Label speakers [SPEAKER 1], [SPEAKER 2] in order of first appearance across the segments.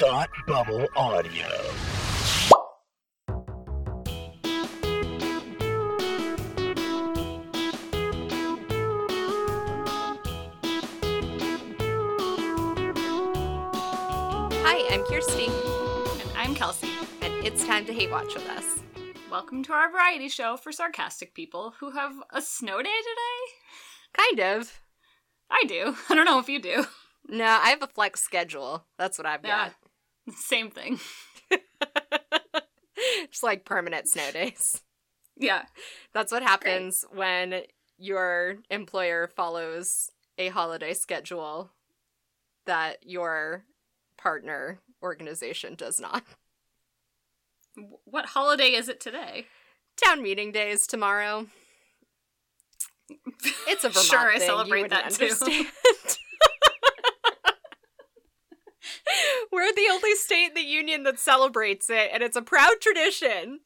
[SPEAKER 1] Thought Bubble Audio.
[SPEAKER 2] Hi, I'm Kirsty,
[SPEAKER 3] And I'm Kelsey.
[SPEAKER 2] and it's time to hate watch with us.
[SPEAKER 3] Welcome to our variety show for sarcastic people who have a snow day today?
[SPEAKER 2] Kind of.
[SPEAKER 3] I do. I don't know if you do.
[SPEAKER 2] No, I have a flex schedule. That's what I've got.
[SPEAKER 3] Same thing.
[SPEAKER 2] Just like permanent snow days.
[SPEAKER 3] Yeah.
[SPEAKER 2] That's what happens when your employer follows a holiday schedule that your partner organization does not.
[SPEAKER 3] W- What holiday is it today?
[SPEAKER 2] Town meeting day is tomorrow. It's a Vermont
[SPEAKER 3] Sure, I
[SPEAKER 2] thing. You
[SPEAKER 3] celebrate
[SPEAKER 2] wouldn't
[SPEAKER 3] that too.
[SPEAKER 2] understand. We're the only state in the union that celebrates it, and it's a proud tradition.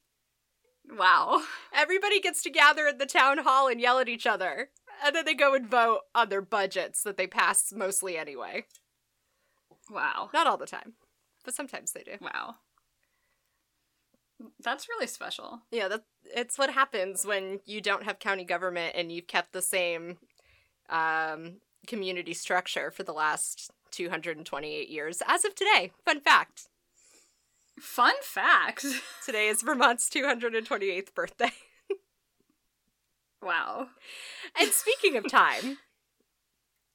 [SPEAKER 3] Wow.
[SPEAKER 2] Everybody gets to gather at the town hall and yell at each other, and then they go and vote on their budgets that they pass mostly anyway.
[SPEAKER 3] Wow.
[SPEAKER 2] Not all the time, but sometimes they do.
[SPEAKER 3] Wow. That's really special.
[SPEAKER 2] Yeah, that it's what happens when you don't have county government and you've kept the same um, community structure for the last 228 years as of today. Fun fact:
[SPEAKER 3] Fun fact.
[SPEAKER 2] today is Vermont's 228th birthday.
[SPEAKER 3] Wow.
[SPEAKER 2] And speaking of time,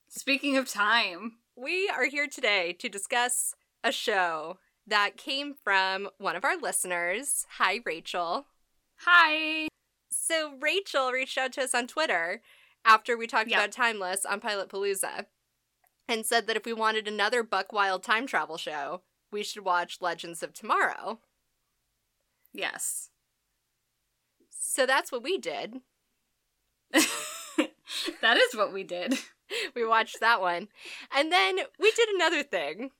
[SPEAKER 3] Speaking of time,
[SPEAKER 2] we are here today to discuss a show that came from one of our listeners. Hi, Rachel.
[SPEAKER 3] hi.
[SPEAKER 2] So Rachel reached out to us on Twitter after we talked
[SPEAKER 3] Yeah.
[SPEAKER 2] about Timeless on Pilot Palooza and said that if we wanted another Buck Wild time travel show, we should watch Legends of Tomorrow.
[SPEAKER 3] Yes.
[SPEAKER 2] So that's what we did.
[SPEAKER 3] that is what we did.
[SPEAKER 2] We watched that one. And then we did another thing.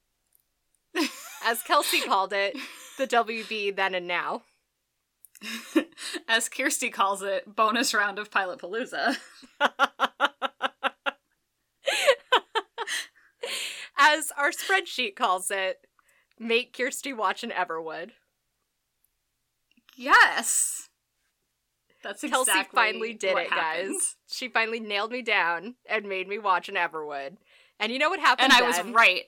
[SPEAKER 2] As Kelsey called it, the WB then and now.
[SPEAKER 3] As Kirsty calls it, bonus round of Pilot Palooza.
[SPEAKER 2] As our spreadsheet calls it, make Kirsty watch an Everwood.
[SPEAKER 3] Yes. That's
[SPEAKER 2] Kelsey
[SPEAKER 3] exactly
[SPEAKER 2] finally did
[SPEAKER 3] what
[SPEAKER 2] it,
[SPEAKER 3] happened.
[SPEAKER 2] guys. She finally nailed me down and made me watch an Everwood. And you know what happened?
[SPEAKER 3] And I was
[SPEAKER 2] then?
[SPEAKER 3] right.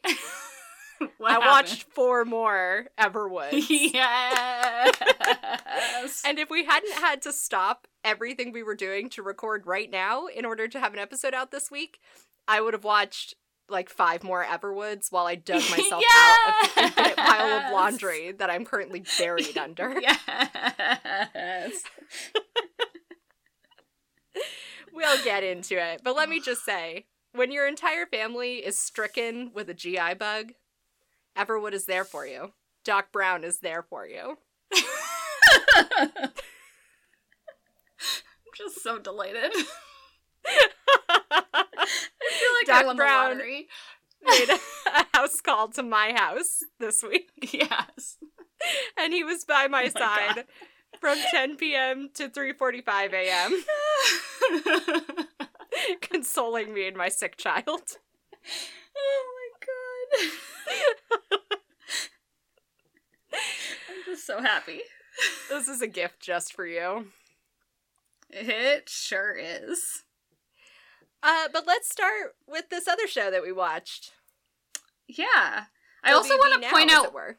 [SPEAKER 3] what
[SPEAKER 2] I
[SPEAKER 3] happened?
[SPEAKER 2] watched four more Everwoods.
[SPEAKER 3] yes.
[SPEAKER 2] and if we hadn't had to stop everything we were doing to record right now in order to have an episode out this week, I would have watched like five more Everwoods while I dug myself out of the infinite pile of
[SPEAKER 3] Yes.
[SPEAKER 2] laundry that I'm currently buried under.
[SPEAKER 3] yes.
[SPEAKER 2] We'll get into it. But let me just say when your entire family is stricken with a GI bug, Everwood is there for you. Doc Brown is there for you.
[SPEAKER 3] I'm just so delighted. I feel like I
[SPEAKER 2] Doc
[SPEAKER 3] won
[SPEAKER 2] Brown.
[SPEAKER 3] the lottery.
[SPEAKER 2] Made a house call to my house this week,
[SPEAKER 3] Yes.
[SPEAKER 2] and he was by my
[SPEAKER 3] Oh my
[SPEAKER 2] side from 10 p.m. to 3:45 a.m. consoling me and my sick child.
[SPEAKER 3] oh my god. I'm just so happy.
[SPEAKER 2] This is a gift just for you.
[SPEAKER 3] It sure is.
[SPEAKER 2] Uh, but let's start with this other show that we watched.
[SPEAKER 3] Yeah. I also
[SPEAKER 2] WB
[SPEAKER 3] want
[SPEAKER 2] Now,
[SPEAKER 3] to point
[SPEAKER 2] as
[SPEAKER 3] out
[SPEAKER 2] it were.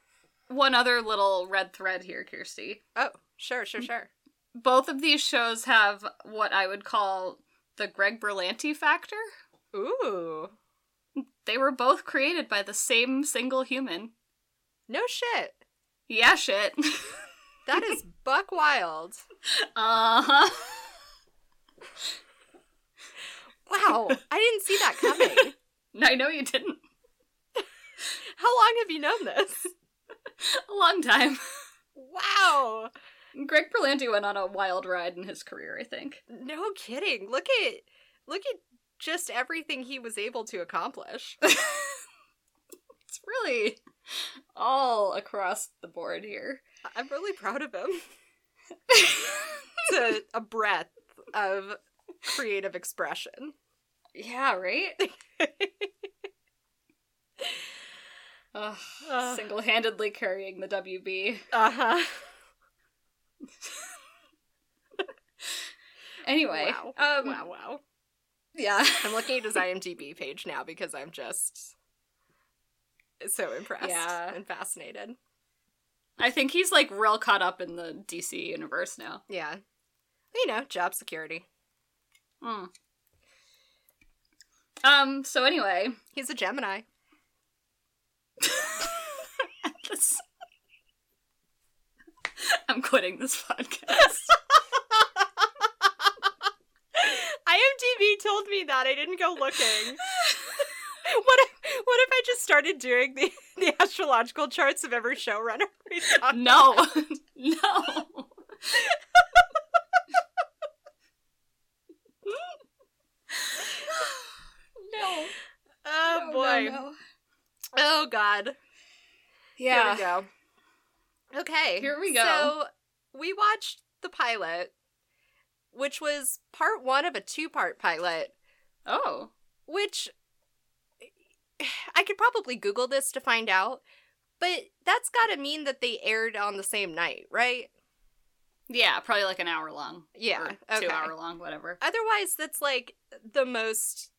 [SPEAKER 3] one other little red thread here, Kirsty.
[SPEAKER 2] Oh, sure, sure, sure.
[SPEAKER 3] Both of these shows have what I would call the Greg Berlanti factor.
[SPEAKER 2] Ooh.
[SPEAKER 3] They were both created by the same single human.
[SPEAKER 2] No shit.
[SPEAKER 3] Yeah, shit.
[SPEAKER 2] That is buck wild.
[SPEAKER 3] uh huh.
[SPEAKER 2] Wow. I didn't see that coming.
[SPEAKER 3] I know you didn't.
[SPEAKER 2] How long have you known this?
[SPEAKER 3] A long time.
[SPEAKER 2] Wow.
[SPEAKER 3] Greg Berlanti went on a wild ride in his career, I think.
[SPEAKER 2] No kidding. Look at look at just everything he was able to accomplish.
[SPEAKER 3] It's really all across the board here.
[SPEAKER 2] I'm really proud of him. It's a, a breadth of creative expression.
[SPEAKER 3] yeah, right? Ugh,
[SPEAKER 2] Ugh.
[SPEAKER 3] single-handedly carrying the WB.
[SPEAKER 2] Uh huh.
[SPEAKER 3] Anyway,
[SPEAKER 2] Wow.
[SPEAKER 3] um,
[SPEAKER 2] wow, wow.
[SPEAKER 3] yeah,
[SPEAKER 2] I'm looking at his IMDb page now because I'm just so impressed
[SPEAKER 3] Yeah.
[SPEAKER 2] and fascinated.
[SPEAKER 3] I think he's like real caught up in the DC universe now.
[SPEAKER 2] Yeah. You know, job security.
[SPEAKER 3] Mm. Um. So anyway,
[SPEAKER 2] He's a Gemini.
[SPEAKER 3] this- I'm quitting this podcast.
[SPEAKER 2] IMDb told me that. I didn't go looking. What if, what if I just started doing the, the astrological charts of every showrunner? we talked
[SPEAKER 3] no, no. no.
[SPEAKER 2] Oh
[SPEAKER 3] No, no,
[SPEAKER 2] boy.
[SPEAKER 3] no.
[SPEAKER 2] Oh god. Here
[SPEAKER 3] Yeah.
[SPEAKER 2] we go. Okay.
[SPEAKER 3] Here we go.
[SPEAKER 2] So we watched the pilot, which was part one of a two part pilot,
[SPEAKER 3] Oh.
[SPEAKER 2] which I could probably Google this to find out, but that's gotta mean that they aired on the same night, right?
[SPEAKER 3] Yeah, probably like an hour long.
[SPEAKER 2] Yeah.
[SPEAKER 3] Or
[SPEAKER 2] okay.
[SPEAKER 3] Two hour long, whatever.
[SPEAKER 2] Otherwise, that's like the most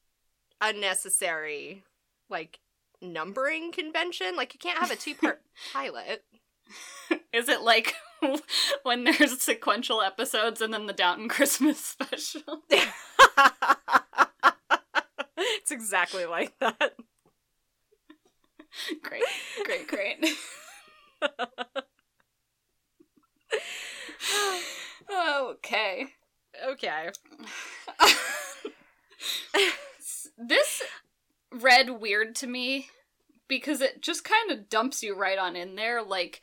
[SPEAKER 2] unnecessary, like numbering convention. Like you can't have a two part pilot.
[SPEAKER 3] Is it like when there's sequential episodes and then the Downton Christmas special?
[SPEAKER 2] it's exactly like that.
[SPEAKER 3] great, great, great. okay.
[SPEAKER 2] Okay.
[SPEAKER 3] this read weird to me because it just kind of dumps you right on in there like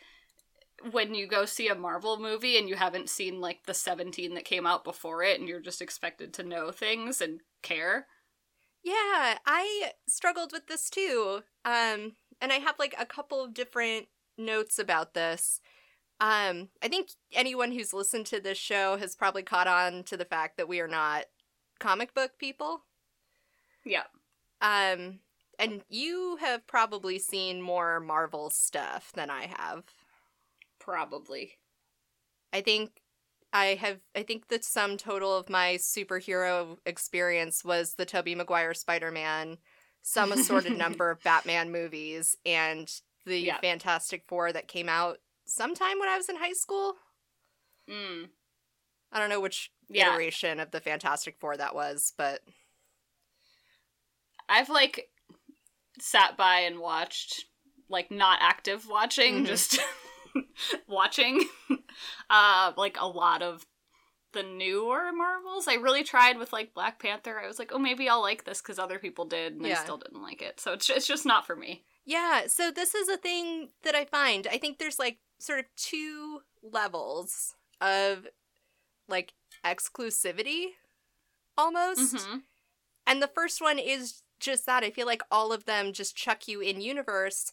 [SPEAKER 3] when you go see a Marvel movie and you haven't seen like the 17 that came out before it and you're just expected to know things and care.
[SPEAKER 2] Yeah, I struggled with this too. Um, and I have like a couple of different notes about this. Um, I think anyone who's listened to this show has probably caught on to the fact that we are not comic book people.
[SPEAKER 3] Yeah.
[SPEAKER 2] Um, and you have probably seen more Marvel stuff than I have.
[SPEAKER 3] Probably.
[SPEAKER 2] I think I have. I think the sum total of my superhero experience was the Tobey Maguire Spider Man, some assorted number of Batman movies, and the
[SPEAKER 3] Yeah.
[SPEAKER 2] Fantastic Four that came out sometime when I was in high school.
[SPEAKER 3] Mm.
[SPEAKER 2] I don't know which
[SPEAKER 3] Yeah.
[SPEAKER 2] iteration of the Fantastic Four that was, but
[SPEAKER 3] I've like sat by and watched, like not active watching,
[SPEAKER 2] Mhm.
[SPEAKER 3] just watching, uh, like a lot of the newer Marvels. I really tried with like Black Panther. I was like, oh, maybe I'll like this because other people did, and
[SPEAKER 2] Yeah.
[SPEAKER 3] I still didn't like it. So it's it's just not for me.
[SPEAKER 2] Yeah, so this is a thing that I find. I think there's like sort of two levels of like exclusivity almost.
[SPEAKER 3] Mhm.
[SPEAKER 2] And the first one is just that. I feel like all of them just chuck you in universe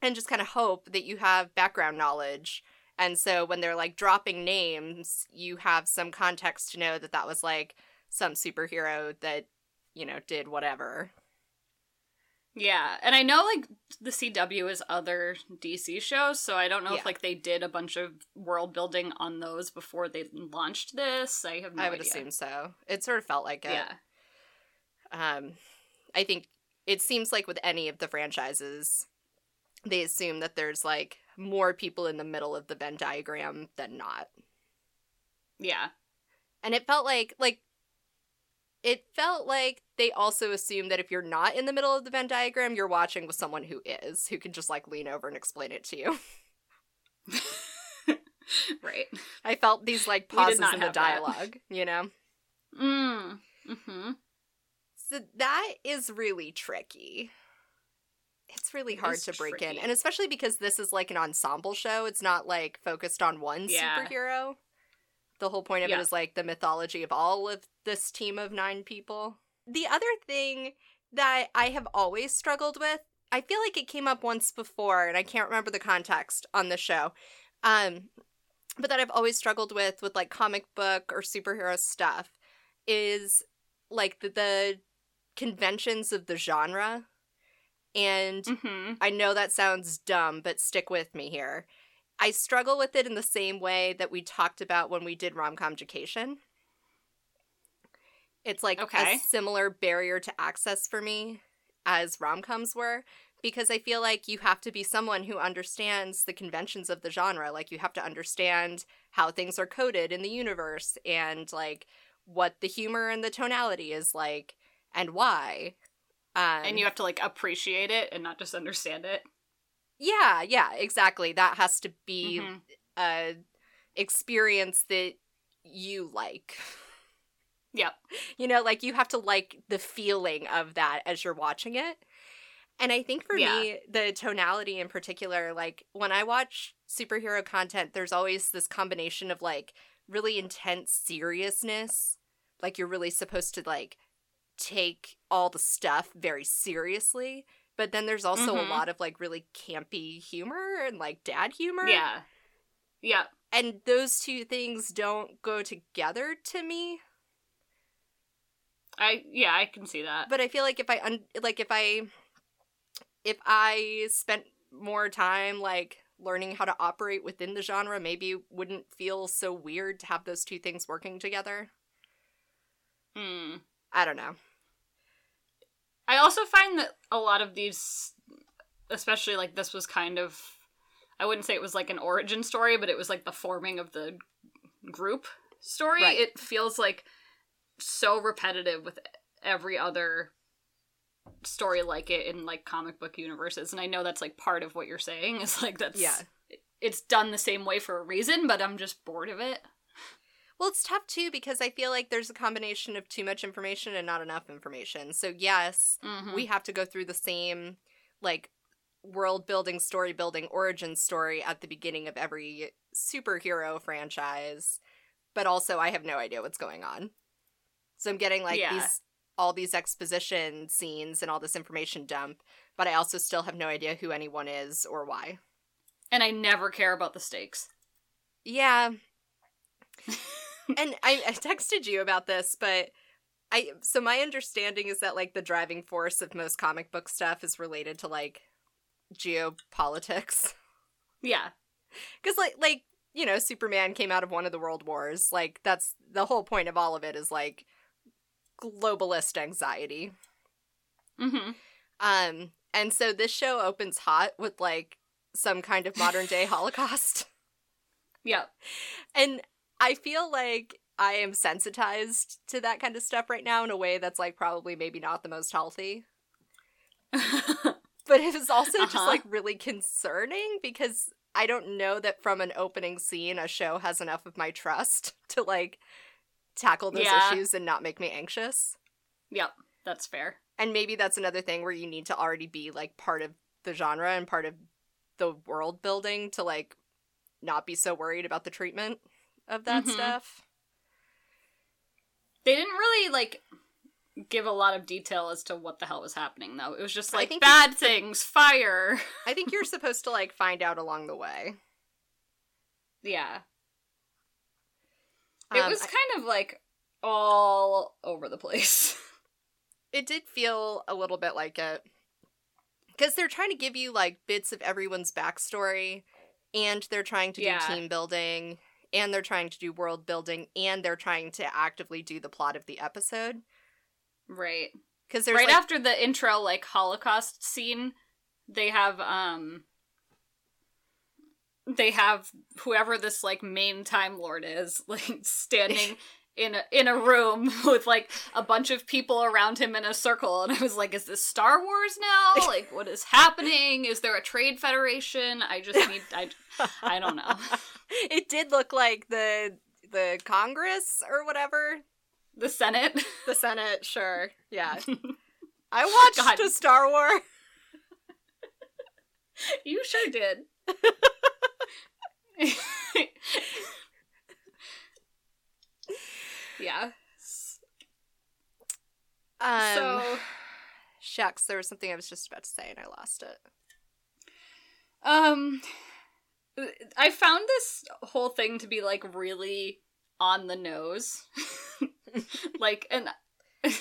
[SPEAKER 2] and just kind of hope that you have background knowledge. And so when they're like dropping names, you have some context to know that that was like some superhero that, you know, did whatever.
[SPEAKER 3] Yeah, and I know like the CW is other DC shows, so I don't know
[SPEAKER 2] Yeah.
[SPEAKER 3] if like they did a bunch of world building on those before they launched this. I have no
[SPEAKER 2] I would
[SPEAKER 3] idea.
[SPEAKER 2] assume so. It sort of felt like it.
[SPEAKER 3] yeah.
[SPEAKER 2] um i think it seems like with any of the franchises they assume that there's like more people in the middle of the venn diagram than not
[SPEAKER 3] Yeah.
[SPEAKER 2] and it felt like like it felt like they also assume that if you're not in the middle of the venn diagram you're watching with someone who is who can just like lean over and explain it to you
[SPEAKER 3] right.
[SPEAKER 2] i felt these like
[SPEAKER 3] We did
[SPEAKER 2] pauses
[SPEAKER 3] not
[SPEAKER 2] in the
[SPEAKER 3] have that.
[SPEAKER 2] dialogue you know
[SPEAKER 3] Mm. Mm-hmm.
[SPEAKER 2] so that is really tricky it's really
[SPEAKER 3] It
[SPEAKER 2] hard
[SPEAKER 3] is
[SPEAKER 2] to break in
[SPEAKER 3] tricky.
[SPEAKER 2] and especially because this is like an ensemble show it's not like focused on one
[SPEAKER 3] Yeah.
[SPEAKER 2] superhero the whole point of
[SPEAKER 3] Yeah.
[SPEAKER 2] it is like the mythology of all of this team of nine people the other thing that i have always struggled with i feel like it came up once before and i can't remember the context on the show um but that i've always struggled with with like comic book or superhero stuff is like the, the conventions of the genre And
[SPEAKER 3] Mm-hmm.
[SPEAKER 2] I know that sounds dumb, but stick with me here. I struggle with it in the same way that we talked about when we did rom com education. It's like
[SPEAKER 3] Okay.
[SPEAKER 2] a similar barrier to access for me as rom coms were, because I feel like you have to be someone who understands the conventions of the genre. Like, you have to understand how things are coded in the universe and, like, what the humor and the tonality is like and why. Um,
[SPEAKER 3] And you have to like appreciate it and not just understand it.
[SPEAKER 2] yeah, yeah, exactly. That has to be
[SPEAKER 3] Mhm.
[SPEAKER 2] a experience that you like.
[SPEAKER 3] Yep.
[SPEAKER 2] You know, like you have to like the feeling of that as you're watching it. And I think for
[SPEAKER 3] Yeah.
[SPEAKER 2] me, the tonality in particular, like when I watch superhero content, there's always this combination of like really intense seriousness. Like you're really supposed to like take all the stuff very seriously. But then there's also
[SPEAKER 3] Mhm.
[SPEAKER 2] a lot of like really campy humor and like dad humor.
[SPEAKER 3] Yeah. Yep.
[SPEAKER 2] And those two things don't go together to me.
[SPEAKER 3] I yeah, I can see that.
[SPEAKER 2] but I feel like if I un- like if I if I spent more time like learning how to operate within the genre, maybe it wouldn't feel so weird to have those two things working together.
[SPEAKER 3] Hmm.
[SPEAKER 2] I don't know.
[SPEAKER 3] I also find that a lot of these, especially like this was kind of, I wouldn't say it was like an origin story, but it was like the forming of the group story.
[SPEAKER 2] Right.
[SPEAKER 3] It feels like so repetitive with every other story like it in like comic book universes. And I know that's like part of what you're saying is like that's,
[SPEAKER 2] Yeah.
[SPEAKER 3] it's done the same way for a reason, but I'm just bored of it.
[SPEAKER 2] Well, it's tough too because I feel like there's a combination of too much information and not enough information. So yes,
[SPEAKER 3] Mm-hmm.
[SPEAKER 2] we have to go through the same like world building, story building, origin story at the beginning of every superhero franchise. But also, I have no idea what's going on. So I'm getting like
[SPEAKER 3] Yeah.
[SPEAKER 2] these all these exposition scenes and all this information dump, but I also still have no idea who anyone is or why.
[SPEAKER 3] and I never care about the stakes.
[SPEAKER 2] Yeah. and I, I texted you about this, but I so my understanding is that like the driving force of most comic book stuff is related to like geopolitics.
[SPEAKER 3] Yeah.
[SPEAKER 2] Cuz like like you know Superman came out of one of the world wars. Like that's the whole point of all of it is like globalist anxiety.
[SPEAKER 3] Mm-hmm.
[SPEAKER 2] Um and so this show opens hot with like some kind of modern day holocaust.
[SPEAKER 3] Yep.
[SPEAKER 2] And I feel like I am sensitized to that kind of stuff right now in a way that's like probably maybe not the most healthy. But it was also just
[SPEAKER 3] Uh-huh.
[SPEAKER 2] like really concerning because I don't know that from an opening scene a show has enough of my trust to like tackle those
[SPEAKER 3] Yeah.
[SPEAKER 2] issues and not make me anxious.
[SPEAKER 3] yep. That's fair.
[SPEAKER 2] And maybe that's another thing where you need to already be like part of the genre and part of the world building to like not be so worried about the treatment of that
[SPEAKER 3] Mhm.
[SPEAKER 2] stuff.
[SPEAKER 3] They didn't really like give a lot of detail as to what the hell was happening though. It was just
[SPEAKER 2] I
[SPEAKER 3] like
[SPEAKER 2] think-
[SPEAKER 3] bad things, fire.
[SPEAKER 2] I think you're supposed to like find out along the way.
[SPEAKER 3] yeah. it
[SPEAKER 2] Um,
[SPEAKER 3] was
[SPEAKER 2] I-
[SPEAKER 3] kind of like all over the place.
[SPEAKER 2] it did feel a little bit like it because they're trying to give you like bits of everyone's backstory, and they're trying to
[SPEAKER 3] Yeah.
[SPEAKER 2] do team building, and they're trying to do world building, and they're trying to actively do the plot of the episode.
[SPEAKER 3] right.
[SPEAKER 2] Because there's
[SPEAKER 3] right
[SPEAKER 2] like,
[SPEAKER 3] after the intro like Holocaust scene, they have um they have whoever this like main time lord is like standing in a in a room with like a bunch of people around him in a circle and I was like is this Star Wars now? Like what is happening? Is there a trade federation? I just need I I don't know.
[SPEAKER 2] it did look like the the Congress or whatever,
[SPEAKER 3] The Senate.
[SPEAKER 2] the Senate. Sure, yeah. I watched
[SPEAKER 3] God.
[SPEAKER 2] a Star Wars.
[SPEAKER 3] You sure did. yeah.
[SPEAKER 2] Um,
[SPEAKER 3] so,
[SPEAKER 2] shucks, there was something I was just about to say and I lost it.
[SPEAKER 3] um, I found this whole thing to be like really on the nose. like, and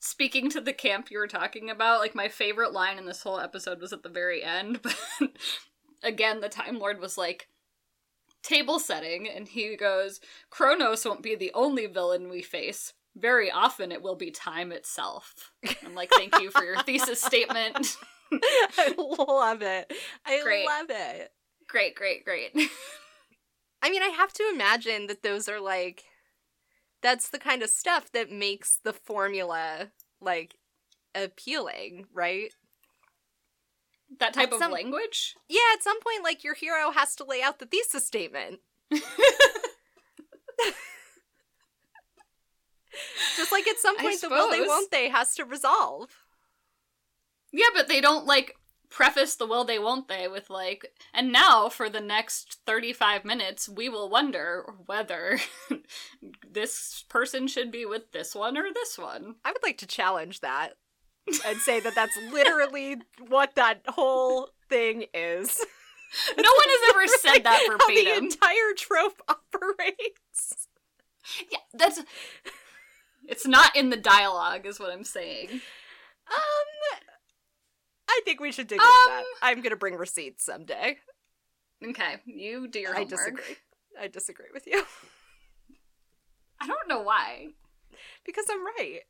[SPEAKER 3] speaking to the camp you were talking about, like my favorite line in this whole episode was at the very end. But again, the Time Lord was like, table setting, and he goes, Kronos won't be the only villain we face. Very often it will be time itself. I'm like, thank you for your thesis statement.
[SPEAKER 2] I love it. I
[SPEAKER 3] Great.
[SPEAKER 2] love it.
[SPEAKER 3] great, great, great.
[SPEAKER 2] I mean, I have to imagine that those are like that's the kind of stuff that makes the formula like appealing, right?
[SPEAKER 3] That type
[SPEAKER 2] At
[SPEAKER 3] of
[SPEAKER 2] some-
[SPEAKER 3] language?
[SPEAKER 2] Yeah, at some point like your hero has to lay out the thesis statement. Just like at some
[SPEAKER 3] I
[SPEAKER 2] point the will they
[SPEAKER 3] suppose.
[SPEAKER 2] won't they has to resolve.
[SPEAKER 3] Yeah, but they don't like preface the will they won't they with like and now for the next 35 minutes we will wonder whether this person should be with this one or this one.
[SPEAKER 2] I would like to challenge that and say that that's literally what that whole thing is.
[SPEAKER 3] No one has ever said that
[SPEAKER 2] How the
[SPEAKER 3] verbatim.
[SPEAKER 2] entire trope operates.
[SPEAKER 3] Yeah, that's It's not in the dialogue is what I'm saying.
[SPEAKER 2] Um, I think we should dig
[SPEAKER 3] Um,
[SPEAKER 2] into that. I'm gonna bring receipts someday.
[SPEAKER 3] Okay, you do your
[SPEAKER 2] I
[SPEAKER 3] homework.
[SPEAKER 2] disagree. I disagree with you
[SPEAKER 3] I don't know why.
[SPEAKER 2] because I'm right.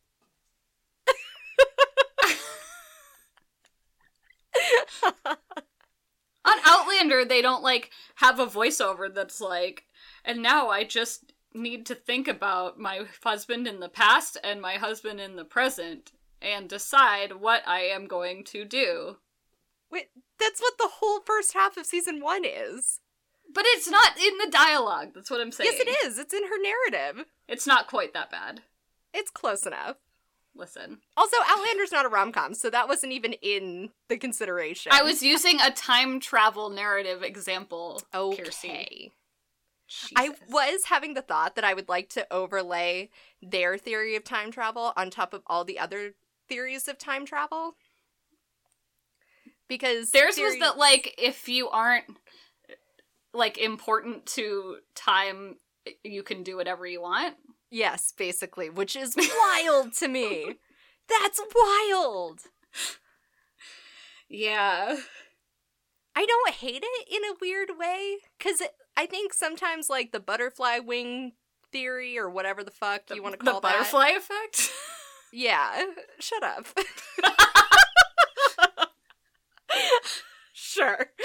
[SPEAKER 3] On Outlander, they don't like have a voiceover that's like, and now I just need to think about my husband in the past and my husband in the present and decide what I am going to do.
[SPEAKER 2] That's what the whole first half of season one is.
[SPEAKER 3] But it's not in the dialogue. That's what I'm saying.
[SPEAKER 2] Yes, it is. It's in her narrative.
[SPEAKER 3] It's not quite that bad.
[SPEAKER 2] It's close enough.
[SPEAKER 3] Listen,
[SPEAKER 2] Also, Outlander's not a rom com, so that wasn't even in the consideration.
[SPEAKER 3] I was using a time travel narrative example.
[SPEAKER 2] okay.
[SPEAKER 3] Kiersey.
[SPEAKER 2] Oh, I
[SPEAKER 3] Jesus.
[SPEAKER 2] was having the thought that I would like to overlay their theory of time travel on top of all the other theories of time travel. Because
[SPEAKER 3] Theirs
[SPEAKER 2] theory-
[SPEAKER 3] was that like if you aren't like important to time, you can do whatever you want.
[SPEAKER 2] Yes, basically, which is wild to me. That's wild.
[SPEAKER 3] Yeah.
[SPEAKER 2] I don't hate it in a weird way cuz I think sometimes like the butterfly wing theory or whatever the fuck you want to call
[SPEAKER 3] the
[SPEAKER 2] that.
[SPEAKER 3] butterfly effect?
[SPEAKER 2] Yeah, shut up. sure.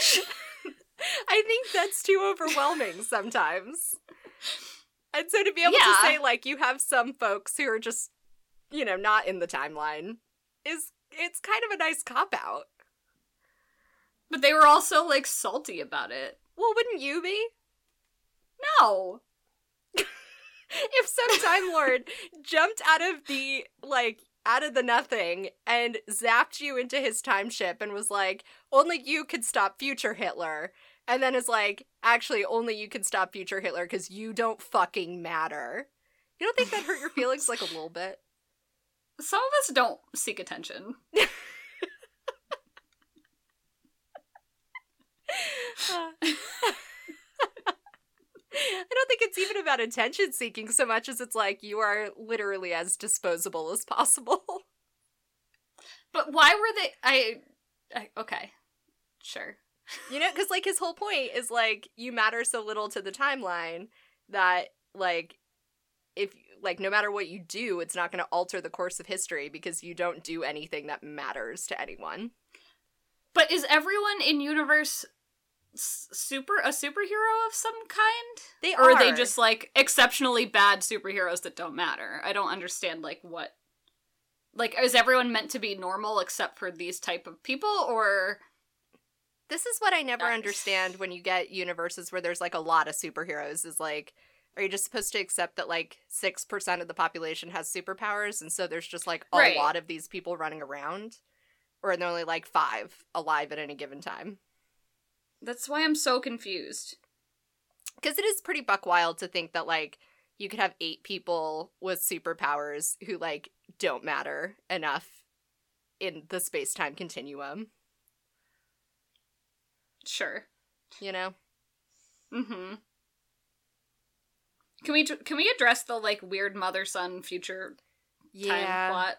[SPEAKER 2] I think that's too overwhelming sometimes. And so to be able
[SPEAKER 3] Yeah.
[SPEAKER 2] to say, like, you have some folks who are just, you know, not in the timeline is it's kind of a nice cop out.
[SPEAKER 3] but they were also like salty about it.
[SPEAKER 2] Well, wouldn't you be?
[SPEAKER 3] No.
[SPEAKER 2] If some Time Lord jumped out of the, like, out of the nothing and zapped you into his time ship and was like, only you could stop future Hitler. And then is like, actually, only you can stop future Hitler because you don't fucking matter. You don't think that hurt your feelings, like, a little bit?
[SPEAKER 3] Some of us don't seek attention.
[SPEAKER 2] Uh. I don't think it's even about attention seeking so much as it's like you are literally as disposable as possible.
[SPEAKER 3] But why were they I, I okay. Sure.
[SPEAKER 2] You know, because like his whole point is like you matter so little to the timeline that like if like no matter what you do, it's not going to alter the course of history because you don't do anything that matters to anyone.
[SPEAKER 3] But is everyone in universe s- super a superhero of some kind?
[SPEAKER 2] They
[SPEAKER 3] or are they just like exceptionally bad superheroes that don't matter i don't understand like what like is everyone meant to be normal except for these type of people or
[SPEAKER 2] this is what I never
[SPEAKER 3] I-
[SPEAKER 2] understand when you get universes where there's like a lot of superheroes is like are you just supposed to accept that like 6% of the population has superpowers and so there's just like a
[SPEAKER 3] Right.
[SPEAKER 2] lot of these people running around or are there only like 5 alive at any given time?
[SPEAKER 3] that's why i'm so confused
[SPEAKER 2] because it is pretty buck wild to think that like you could have eight people with superpowers who like don't matter enough in the space-time continuum
[SPEAKER 3] sure
[SPEAKER 2] you know
[SPEAKER 3] mm-hmm can we can we address the like weird mother son future time plot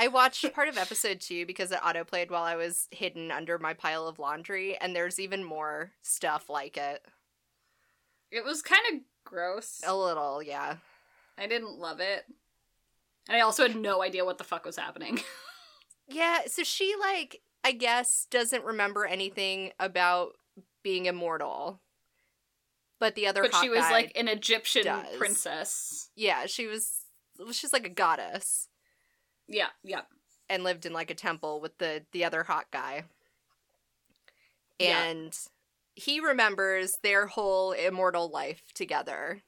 [SPEAKER 2] I watched part of episode two because it autoplayed while I was hidden under my pile of laundry, and there's even more stuff like it.
[SPEAKER 3] It was kind of gross.
[SPEAKER 2] A little, yeah.
[SPEAKER 3] I didn't love it. And I also had no idea what the fuck was happening.
[SPEAKER 2] Yeah, so she, like, I guess, doesn't remember anything about being immortal. But the other
[SPEAKER 3] but
[SPEAKER 2] hot
[SPEAKER 3] she was
[SPEAKER 2] guy-
[SPEAKER 3] like an Egyptian
[SPEAKER 2] does.
[SPEAKER 3] princess.
[SPEAKER 2] yeah, she was, she's like a goddess.
[SPEAKER 3] Yeah, yeah.
[SPEAKER 2] and lived in like a temple with the the other hot guy.
[SPEAKER 3] Yeah.
[SPEAKER 2] And he remembers their whole immortal life together.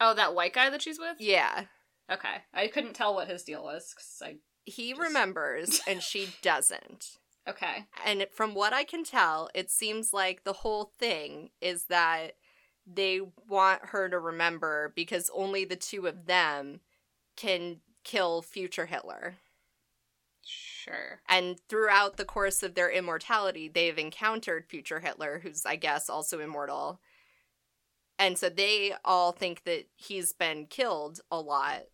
[SPEAKER 3] Oh, that white guy that she's with?
[SPEAKER 2] Yeah.
[SPEAKER 3] Okay. I couldn't tell what his deal was 'cause
[SPEAKER 2] He
[SPEAKER 3] Just-
[SPEAKER 2] remembers and she doesn't.
[SPEAKER 3] I Okay.
[SPEAKER 2] And it- from what I can tell, it seems like the whole thing is that they want her to remember because only the two of them can kill future Hitler.
[SPEAKER 3] Sure.
[SPEAKER 2] And throughout the course of their immortality, they've encountered future Hitler, who's, I guess, also immortal. And so they all think that he's been killed a lot,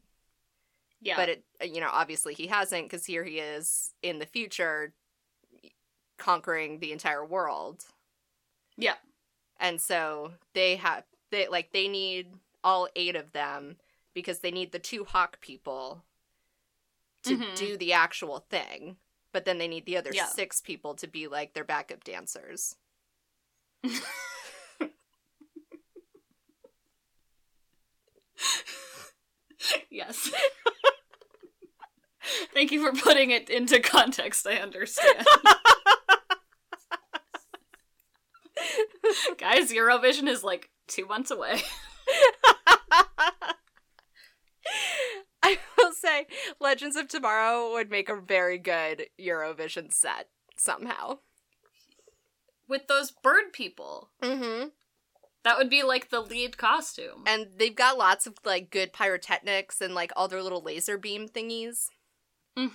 [SPEAKER 3] Yeah.
[SPEAKER 2] but it, uh, you know, obviously he hasn't because here he is in the future conquering the entire world.
[SPEAKER 3] Yeah.
[SPEAKER 2] And so they have, they like, they need all eight of them because they need the two hawk people to
[SPEAKER 3] Mhm.
[SPEAKER 2] do the actual thing. But then they need the other
[SPEAKER 3] Yeah.
[SPEAKER 2] six people to be like their backup dancers.
[SPEAKER 3] yes. Thank you for putting it into context. I understand. Guys, Eurovision is like two months away.
[SPEAKER 2] I will say, Legends of Tomorrow would make a very good Eurovision set somehow.
[SPEAKER 3] With those bird people.
[SPEAKER 2] Mm-hmm.
[SPEAKER 3] That would be like the lead costume.
[SPEAKER 2] And they've got lots of like good pyrotechnics and like all their little laser beam thingies.
[SPEAKER 3] Mm-hmm.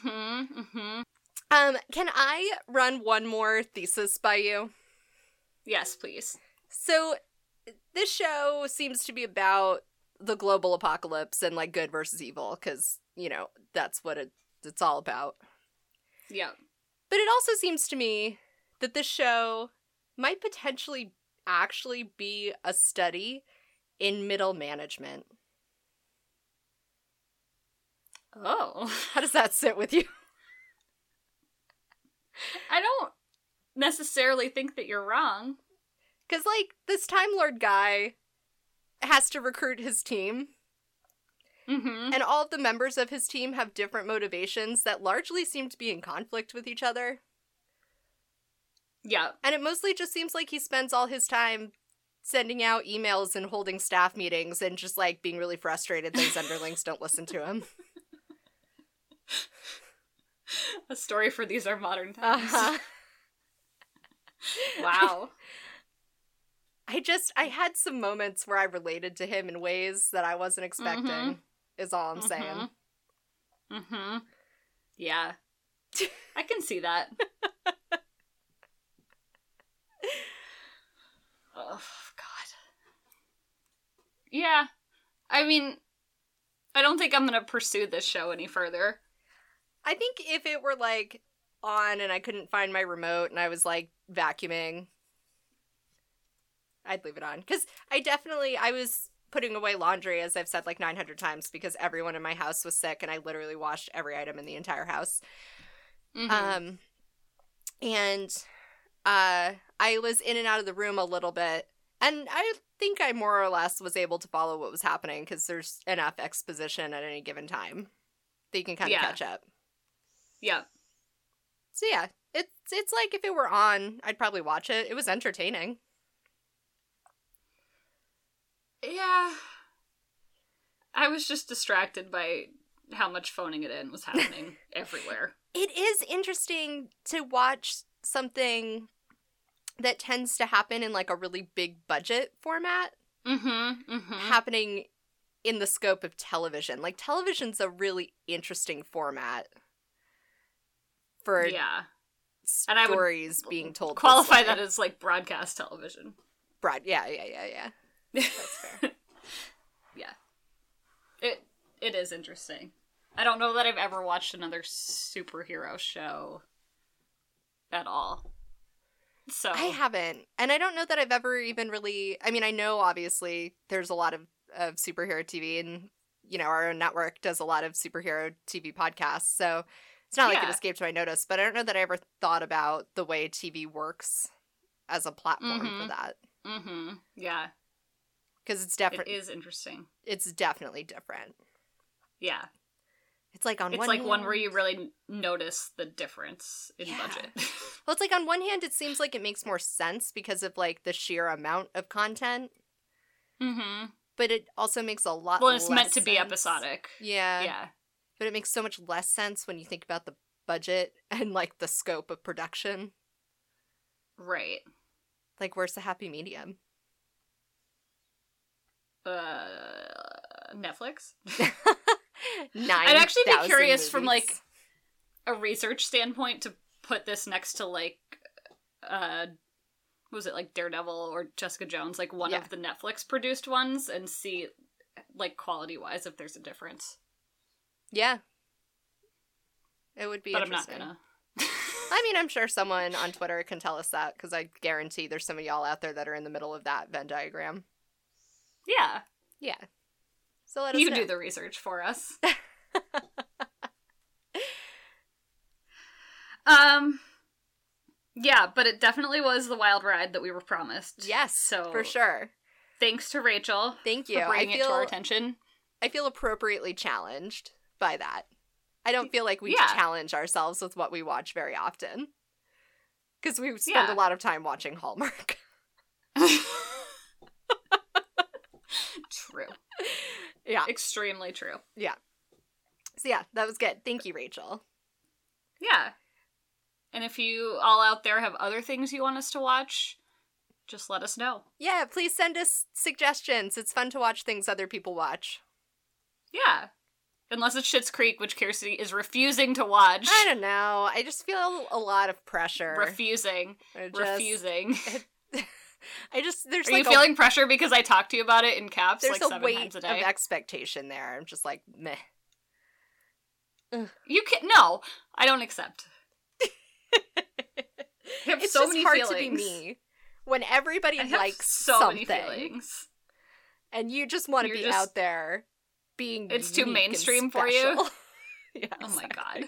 [SPEAKER 3] Mm-hmm.
[SPEAKER 2] Um, can I run one more thesis by you?
[SPEAKER 3] Yes, please.
[SPEAKER 2] So this show seems to be about the global apocalypse and like good versus evil cuz you know that's what it, it's all about.
[SPEAKER 3] Yeah.
[SPEAKER 2] But it also seems to me that this show might potentially actually be a study in middle management.
[SPEAKER 3] Oh.
[SPEAKER 2] How does that sit with you?
[SPEAKER 3] I don't necessarily think that you're wrong.
[SPEAKER 2] Cuz like this time lord guy has to recruit his team
[SPEAKER 3] Mm-hmm.
[SPEAKER 2] and all of the members of his team have different motivations that largely seem to be in conflict with each other.
[SPEAKER 3] Yeah.
[SPEAKER 2] And it mostly just seems like he spends all his time sending out emails and holding staff meetings and just like being really frustrated that his underlings don't listen to him.
[SPEAKER 3] A story for these are modern times.
[SPEAKER 2] Uh-huh.
[SPEAKER 3] Wow.
[SPEAKER 2] I just, I had some moments where I related to him in ways that I wasn't expecting,
[SPEAKER 3] Mhm.
[SPEAKER 2] is all I'm saying.
[SPEAKER 3] Mhm. Mm-hmm. Yeah. I can see that. oh god. Yeah. I mean I don't think I'm gonna pursue this show any further.
[SPEAKER 2] I think if it were like on and I couldn't find my remote and I was like vacuuming, I'd leave it on. Because I definitely, I was putting away laundry, as I've said like 900 times, because everyone in my house was sick and I literally washed every item in the entire house.
[SPEAKER 3] Mhm.
[SPEAKER 2] Um, and uh, I was in and out of the room a little bit. And I think I more or less was able to follow what was happening because there's enough exposition at any given time that you can kind of
[SPEAKER 3] Yeah.
[SPEAKER 2] catch up.
[SPEAKER 3] yeah.
[SPEAKER 2] So yeah, it's it's like if it were on, I'd probably watch it. It was entertaining.
[SPEAKER 3] Yeah. I was just distracted by how much phoning it in was happening everywhere.
[SPEAKER 2] It is interesting to watch something that tends to happen in like a really big budget format
[SPEAKER 3] Mm-hmm.
[SPEAKER 2] Hmm.
[SPEAKER 3] Mm-hmm.
[SPEAKER 2] happening in the scope of television. Like television's a really interesting format for
[SPEAKER 3] yeah. And I would
[SPEAKER 2] stories being told. this
[SPEAKER 3] Qualify
[SPEAKER 2] way.
[SPEAKER 3] that as like broadcast television.
[SPEAKER 2] broad. Yeah, yeah, yeah, yeah.
[SPEAKER 3] That's fair. yeah. It it is interesting. I don't know that I've ever watched another superhero show at all. So
[SPEAKER 2] I haven't. And I don't know that I've ever even really I mean, I know obviously there's a lot of, of superhero TV and you know, our own network does a lot of superhero TV podcasts. So it's not like it
[SPEAKER 3] Yeah.
[SPEAKER 2] escaped my notice, but I don't know that I ever thought about the way TV works as a platform for
[SPEAKER 3] Mhm.
[SPEAKER 2] that
[SPEAKER 3] hmm Yeah.
[SPEAKER 2] because it's
[SPEAKER 3] It
[SPEAKER 2] definitely
[SPEAKER 3] is interesting.
[SPEAKER 2] it's definitely different.
[SPEAKER 3] Yeah.
[SPEAKER 2] It's like on
[SPEAKER 3] It's
[SPEAKER 2] one
[SPEAKER 3] like one where
[SPEAKER 2] hand-
[SPEAKER 3] you really notice the difference in
[SPEAKER 2] Yeah.
[SPEAKER 3] budget.
[SPEAKER 2] Well, it's like on one hand, it seems like it makes more sense because of like the sheer amount of content,
[SPEAKER 3] mm-hmm.
[SPEAKER 2] but it also makes a lot.
[SPEAKER 3] Well, it's meant
[SPEAKER 2] less
[SPEAKER 3] to be
[SPEAKER 2] sense.
[SPEAKER 3] episodic.
[SPEAKER 2] Yeah,
[SPEAKER 3] yeah.
[SPEAKER 2] but it makes so much less sense when you think about the budget and like the scope of production.
[SPEAKER 3] Right.
[SPEAKER 2] Like, where's the happy medium?
[SPEAKER 3] Uh, Netflix.
[SPEAKER 2] Nine.
[SPEAKER 3] actually be curious from, like, A research standpoint to put this next to like, uh, what was it like Daredevil or Jessica Jones? Like one
[SPEAKER 2] Yeah.
[SPEAKER 3] of the Netflix produced ones, and see, like quality wise, if there's a difference.
[SPEAKER 2] yeah, it would be.
[SPEAKER 3] but I'm not
[SPEAKER 2] interesting.
[SPEAKER 3] gonna.
[SPEAKER 2] I mean, I'm sure someone on Twitter can tell us that because I guarantee there's some of y'all out there that are in the middle of that Venn diagram.
[SPEAKER 3] yeah,
[SPEAKER 2] Yeah. So let us
[SPEAKER 3] you
[SPEAKER 2] know.
[SPEAKER 3] do the research for us. um. Yeah, but it definitely was the wild ride that we were promised.
[SPEAKER 2] Yes,
[SPEAKER 3] so
[SPEAKER 2] for sure.
[SPEAKER 3] Thanks to Rachel.
[SPEAKER 2] Thank you.
[SPEAKER 3] for
[SPEAKER 2] I
[SPEAKER 3] bringing it to our
[SPEAKER 2] feel
[SPEAKER 3] attention.
[SPEAKER 2] I feel appropriately challenged by that. I don't feel like we
[SPEAKER 3] Yeah.
[SPEAKER 2] challenge ourselves with what we watch very often. Because we spend
[SPEAKER 3] Yeah.
[SPEAKER 2] a lot of time watching Hallmark.
[SPEAKER 3] true.
[SPEAKER 2] yeah.
[SPEAKER 3] Extremely true.
[SPEAKER 2] So yeah, that was good. Thank you, Rachel.
[SPEAKER 3] Yeah. And if you all out there have other things you want us to watch, just let us know.
[SPEAKER 2] Yeah, please send us suggestions. It's fun to watch things other people watch.
[SPEAKER 3] Yeah. Unless it's Shits Creek, which Kirsty is refusing to watch.
[SPEAKER 2] I don't know. I just feel a lot of pressure.
[SPEAKER 3] Refusing.
[SPEAKER 2] I just-
[SPEAKER 3] refusing.
[SPEAKER 2] I just there's
[SPEAKER 3] Are
[SPEAKER 2] like
[SPEAKER 3] you
[SPEAKER 2] a-
[SPEAKER 3] feeling pressure because I talked to you about it in caps
[SPEAKER 2] there's
[SPEAKER 3] like
[SPEAKER 2] a
[SPEAKER 3] seven
[SPEAKER 2] weight
[SPEAKER 3] times a
[SPEAKER 2] of
[SPEAKER 3] day?
[SPEAKER 2] expectation there. I'm just like meh.
[SPEAKER 3] you can no, I don't accept. I have
[SPEAKER 2] it's
[SPEAKER 3] so
[SPEAKER 2] just
[SPEAKER 3] many
[SPEAKER 2] hard
[SPEAKER 3] feelings.
[SPEAKER 2] to be me when everybody
[SPEAKER 3] I have
[SPEAKER 2] likes
[SPEAKER 3] so
[SPEAKER 2] something
[SPEAKER 3] many feelings.
[SPEAKER 2] and you just want to
[SPEAKER 3] You're
[SPEAKER 2] be
[SPEAKER 3] just-
[SPEAKER 2] out there being
[SPEAKER 3] It's too
[SPEAKER 2] unique and
[SPEAKER 3] mainstream for you?
[SPEAKER 2] special. yes.
[SPEAKER 3] Oh my god.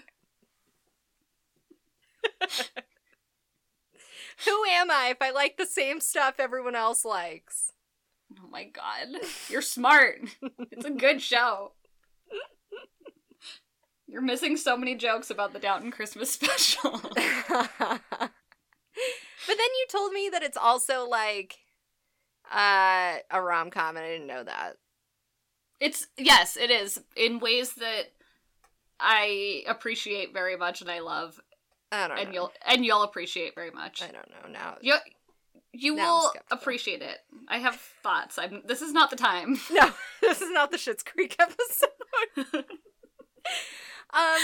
[SPEAKER 2] Who am I if I like the same stuff everyone else likes?
[SPEAKER 3] Oh my god. You're smart. it's a good show. You're missing so many jokes about the Downton Christmas special.
[SPEAKER 2] but then you told me that it's also like uh a rom-com and I didn't know that.
[SPEAKER 3] it's yes, it is in ways that I appreciate very much and I love
[SPEAKER 2] I don't
[SPEAKER 3] and
[SPEAKER 2] know.
[SPEAKER 3] you'll and you'll appreciate very much.
[SPEAKER 2] I don't know now.
[SPEAKER 3] You you
[SPEAKER 2] Now I'm
[SPEAKER 3] will
[SPEAKER 2] skeptical.
[SPEAKER 3] appreciate it. I have thoughts. I'm this is not the time.
[SPEAKER 2] No, this is not the Shits Creek episode. um,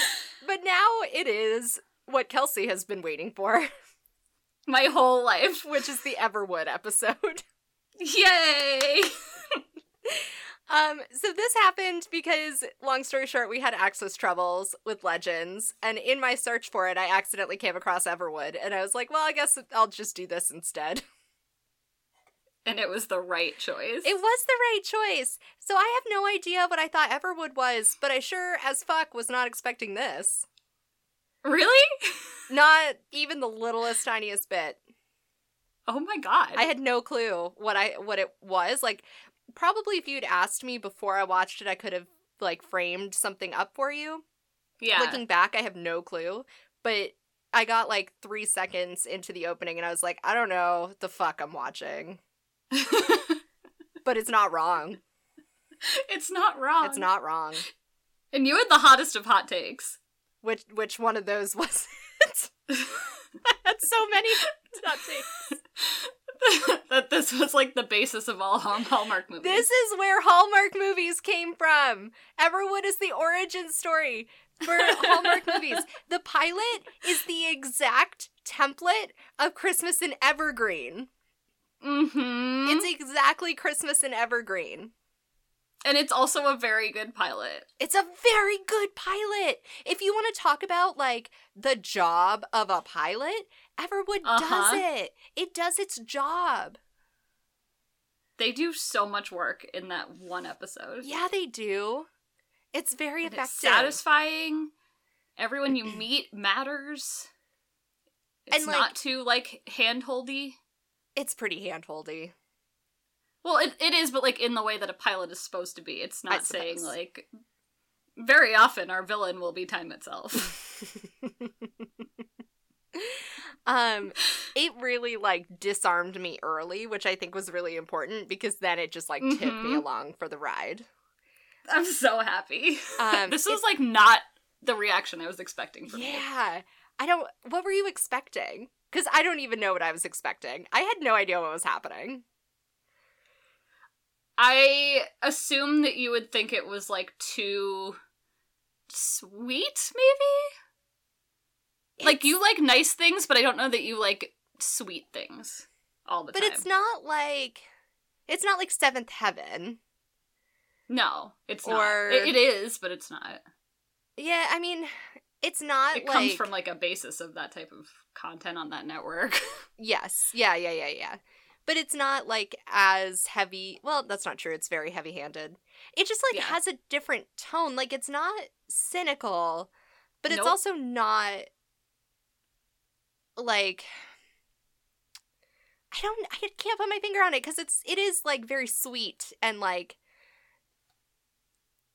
[SPEAKER 2] but now it is what Kelsey has been waiting for,
[SPEAKER 3] My whole life.
[SPEAKER 2] which is the Everwood episode.
[SPEAKER 3] Yay!
[SPEAKER 2] Um, so this happened because, long story short, we had access troubles with Legends, and in my search for it, I accidentally came across Everwood, and I was like, well, I guess I'll just do this instead.
[SPEAKER 3] And it was the right choice.
[SPEAKER 2] It was the right choice. So I have no idea what I thought Everwood was, but I sure as fuck was not expecting this.
[SPEAKER 3] really?
[SPEAKER 2] Not even the littlest, tiniest bit.
[SPEAKER 3] Oh my god.
[SPEAKER 2] I had no clue what I what it was. Like probably if you'd asked me before I watched it, I could have like framed something up for you.
[SPEAKER 3] yeah.
[SPEAKER 2] Looking back, I have no clue. But I got like three seconds into the opening and I was like, I don't know the fuck I'm watching. But it's not wrong.
[SPEAKER 3] it's not wrong.
[SPEAKER 2] It's not wrong.
[SPEAKER 3] And you had the hottest of hot takes.
[SPEAKER 2] Which which one of those was it? I had so many hot takes.
[SPEAKER 3] that this was like the basis of all Hall- Hallmark movies.
[SPEAKER 2] This is where Hallmark movies came from. Everwood is the origin story for Hallmark movies. The pilot is the exact template of Christmas in Evergreen.
[SPEAKER 3] Mm-hmm.
[SPEAKER 2] It's exactly Christmas in Evergreen.
[SPEAKER 3] and it's also a very good pilot.
[SPEAKER 2] It's a very good pilot. If you want to talk about like the job of a pilot, Everwood
[SPEAKER 3] Uh-huh.
[SPEAKER 2] does it. It does its job.
[SPEAKER 3] They do so much work in that one episode.
[SPEAKER 2] Yeah, they do. It's very
[SPEAKER 3] And
[SPEAKER 2] effective.
[SPEAKER 3] it's satisfying. Everyone you meet matters. It's
[SPEAKER 2] And, like-
[SPEAKER 3] not too like handholdy.
[SPEAKER 2] it's pretty handholdy.
[SPEAKER 3] Well, it, it is, but like in the way that a pilot is supposed to be. It's
[SPEAKER 2] I
[SPEAKER 3] not saying
[SPEAKER 2] suppose.
[SPEAKER 3] like very often our villain will be time itself.
[SPEAKER 2] um it really like disarmed me early which i think was really important because then it just like tipped me
[SPEAKER 3] Mhm.
[SPEAKER 2] along for the ride
[SPEAKER 3] I'm so happy.
[SPEAKER 2] um
[SPEAKER 3] this
[SPEAKER 2] it-
[SPEAKER 3] was like not the reaction I was expecting from you.
[SPEAKER 2] yeah i don't what were you expecting because i don't even know what i was expecting i had no idea what was happening
[SPEAKER 3] I assume that you would think it was like too sweet, maybe? Like
[SPEAKER 2] It's-
[SPEAKER 3] you like nice things, but I don't know that you like sweet things all the
[SPEAKER 2] but
[SPEAKER 3] time.
[SPEAKER 2] it's not like it's not like seventh heaven
[SPEAKER 3] No, it's
[SPEAKER 2] Or-
[SPEAKER 3] not. It, it is, but it's not.
[SPEAKER 2] yeah i mean it's not
[SPEAKER 3] It
[SPEAKER 2] like
[SPEAKER 3] comes from like a basis of that type of content on that network.
[SPEAKER 2] Yes. Yeah, yeah, yeah, yeah. But it's not like as heavy. Well, that's not true. It's very heavy handed. It just like
[SPEAKER 3] Yeah.
[SPEAKER 2] has a different tone. Like it's not cynical, but it's
[SPEAKER 3] Nope.
[SPEAKER 2] also not like I don't I can't put my finger on it cuz it's it is like very sweet and like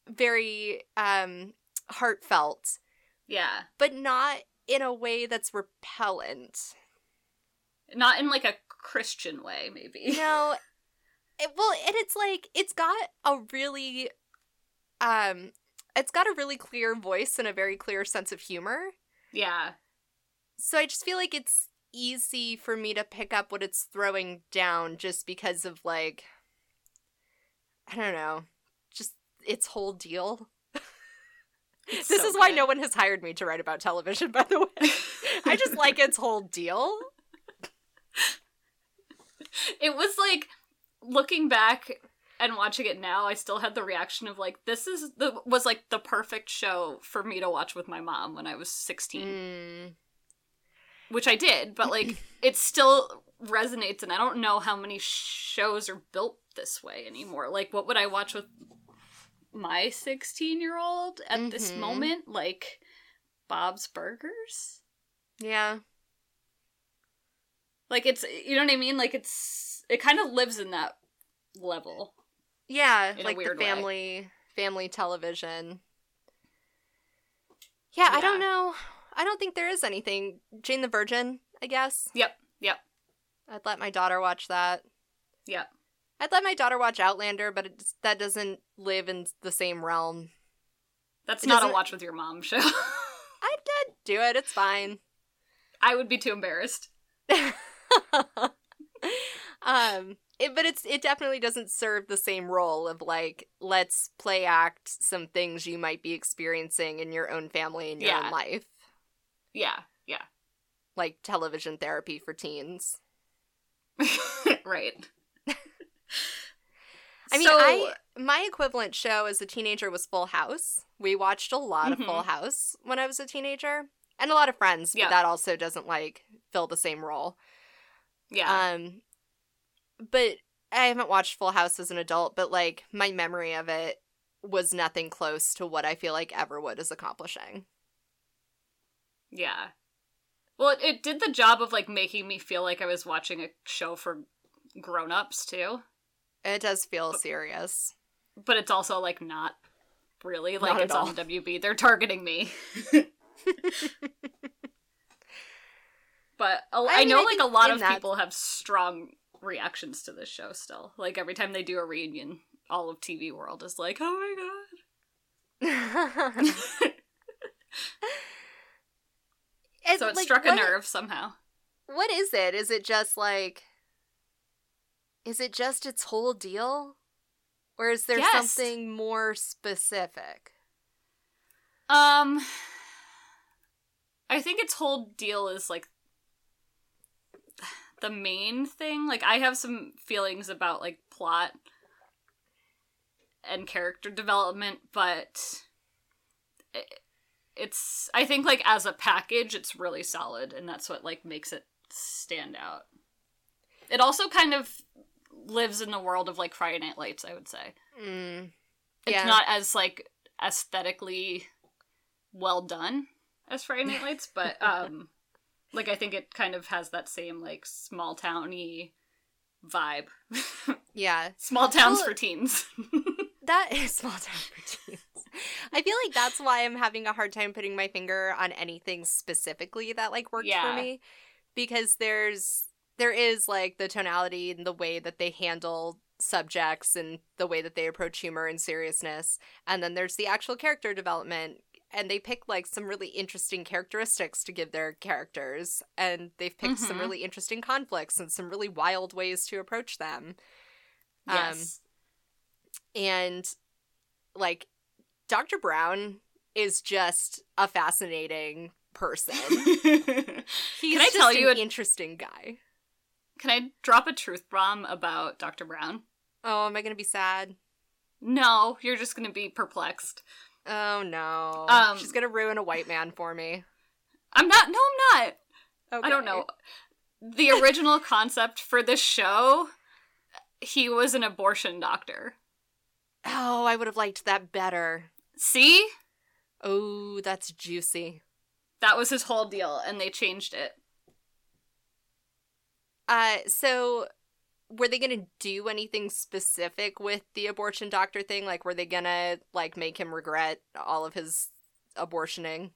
[SPEAKER 2] very um heartfelt,
[SPEAKER 3] yeah.
[SPEAKER 2] but not in a way that's repellent.
[SPEAKER 3] Not in like a Christian way, maybe.
[SPEAKER 2] No. It, well, and it's like it's got a really um it's got a really clear voice and a very clear sense of humor.
[SPEAKER 3] Yeah.
[SPEAKER 2] So I just feel like it's easy for me to pick up what it's throwing down just because of like I don't know, just its whole deal.
[SPEAKER 3] It's
[SPEAKER 2] this
[SPEAKER 3] so
[SPEAKER 2] is why
[SPEAKER 3] good.
[SPEAKER 2] no one has hired me to write about television by the way. I just like its whole deal.
[SPEAKER 3] it was like looking back and watching it now i still had the reaction of like this is the was like the perfect show for me to watch with my mom when i was 16
[SPEAKER 2] Mm,
[SPEAKER 3] which i did but like it still resonates and i don't know how many shows are built this way anymore like what would i watch with my 16 year old at this
[SPEAKER 2] Mhm.
[SPEAKER 3] moment like bob's burgers
[SPEAKER 2] yeah.
[SPEAKER 3] like it's you know what i mean like it's it kind of lives in that level
[SPEAKER 2] Yeah,
[SPEAKER 3] in a
[SPEAKER 2] like the
[SPEAKER 3] weird way.
[SPEAKER 2] family family television. Yeah, I don't
[SPEAKER 3] Yeah.
[SPEAKER 2] know. I don't think there is anything. Jane the Virgin, I guess.
[SPEAKER 3] yep yep
[SPEAKER 2] I'd let my daughter watch that.
[SPEAKER 3] Yep.
[SPEAKER 2] I'd let my daughter watch Outlander, but it's, that doesn't live in the same realm.
[SPEAKER 3] That's
[SPEAKER 2] It
[SPEAKER 3] not
[SPEAKER 2] doesn't-
[SPEAKER 3] a watch with your mom show.
[SPEAKER 2] I'd, I'd do it. It's fine.
[SPEAKER 3] I would be too embarrassed.
[SPEAKER 2] um, it, but it's it definitely doesn't serve the same role of like let's play act some things you might be experiencing in your own family and your
[SPEAKER 3] Yeah.
[SPEAKER 2] own life.
[SPEAKER 3] Yeah, yeah.
[SPEAKER 2] like television therapy for teens.
[SPEAKER 3] right.
[SPEAKER 2] I mean,
[SPEAKER 3] So-
[SPEAKER 2] I my equivalent show as a teenager was Full House. We watched a lot
[SPEAKER 3] Mhm.
[SPEAKER 2] of Full House when I was a teenager, and a lot of Friends. But
[SPEAKER 3] Yeah.
[SPEAKER 2] that also doesn't like fill the same role.
[SPEAKER 3] yeah.
[SPEAKER 2] Um, but I haven't watched Full House as an adult. But like my memory of it was nothing close to what I feel like Everwood is accomplishing.
[SPEAKER 3] yeah. Well, it, it did the job of like making me feel like I was watching a show for grown-ups too,
[SPEAKER 2] It does feel serious.
[SPEAKER 3] but it's also like not really like
[SPEAKER 2] Not at
[SPEAKER 3] it's
[SPEAKER 2] all.
[SPEAKER 3] on WB. They're targeting me. but a, I,
[SPEAKER 2] I mean,
[SPEAKER 3] know
[SPEAKER 2] I
[SPEAKER 3] like a
[SPEAKER 2] think
[SPEAKER 3] lot
[SPEAKER 2] in
[SPEAKER 3] of
[SPEAKER 2] that-
[SPEAKER 3] people have strong reactions to this show still. Like every time they do a reunion, all of TV world is like, "Oh my god."
[SPEAKER 2] And,
[SPEAKER 3] so it
[SPEAKER 2] like,
[SPEAKER 3] struck a
[SPEAKER 2] what-
[SPEAKER 3] nerve somehow.
[SPEAKER 2] what is it? Is it just like is it just its whole deal? Or is there
[SPEAKER 3] Yes.
[SPEAKER 2] something more specific?
[SPEAKER 3] Um, I think its whole deal is like the main thing. Like I have some feelings about like plot and character development, but it- it's I think like as a package, it's really solid, and that's what like makes it stand out. It also kind of lives in the world of like Friday Night Lights, I would say.
[SPEAKER 2] Mm.
[SPEAKER 3] It's
[SPEAKER 2] Yeah.
[SPEAKER 3] not as like aesthetically well done as Friday Night Lights, but um like I think it kind of has that same like small towny vibe.
[SPEAKER 2] Yeah.
[SPEAKER 3] small towns
[SPEAKER 2] Well, um,
[SPEAKER 3] for teens.
[SPEAKER 2] That is small town routines. I feel like that's why I'm having a hard time putting my finger on anything specifically that like worked
[SPEAKER 3] Yeah.
[SPEAKER 2] for me because there's there is like the tonality and the way that they handle subjects and the way that they approach humor and seriousness and then there's the actual character development and they pick like some really interesting characteristics to give their characters and they've picked some
[SPEAKER 3] Mhm.
[SPEAKER 2] really interesting conflicts and some really wild ways to approach them Um,
[SPEAKER 3] yes.
[SPEAKER 2] and like Dr. Brown is just a fascinating person. He's
[SPEAKER 3] Can I
[SPEAKER 2] just
[SPEAKER 3] tell
[SPEAKER 2] an
[SPEAKER 3] you an-
[SPEAKER 2] interesting guy.
[SPEAKER 3] Can I drop a truth bomb about Dr. Brown?
[SPEAKER 2] Oh, am I gonna be sad?
[SPEAKER 3] No, you're just going to be perplexed.
[SPEAKER 2] Oh no,
[SPEAKER 3] Um,
[SPEAKER 2] she's gonna ruin a white man for me.
[SPEAKER 3] I'm not. No, I'm not.
[SPEAKER 2] Okay.
[SPEAKER 3] I don't know. The original concept for this show, he was an abortion doctor.
[SPEAKER 2] Oh, I would have liked that better.
[SPEAKER 3] See?
[SPEAKER 2] Oh, that's juicy.
[SPEAKER 3] That was his whole deal, and they changed it.
[SPEAKER 2] Uh, so were they gonna do anything specific with the abortion doctor thing? Like, were they gonna like make him regret all of his abortioning?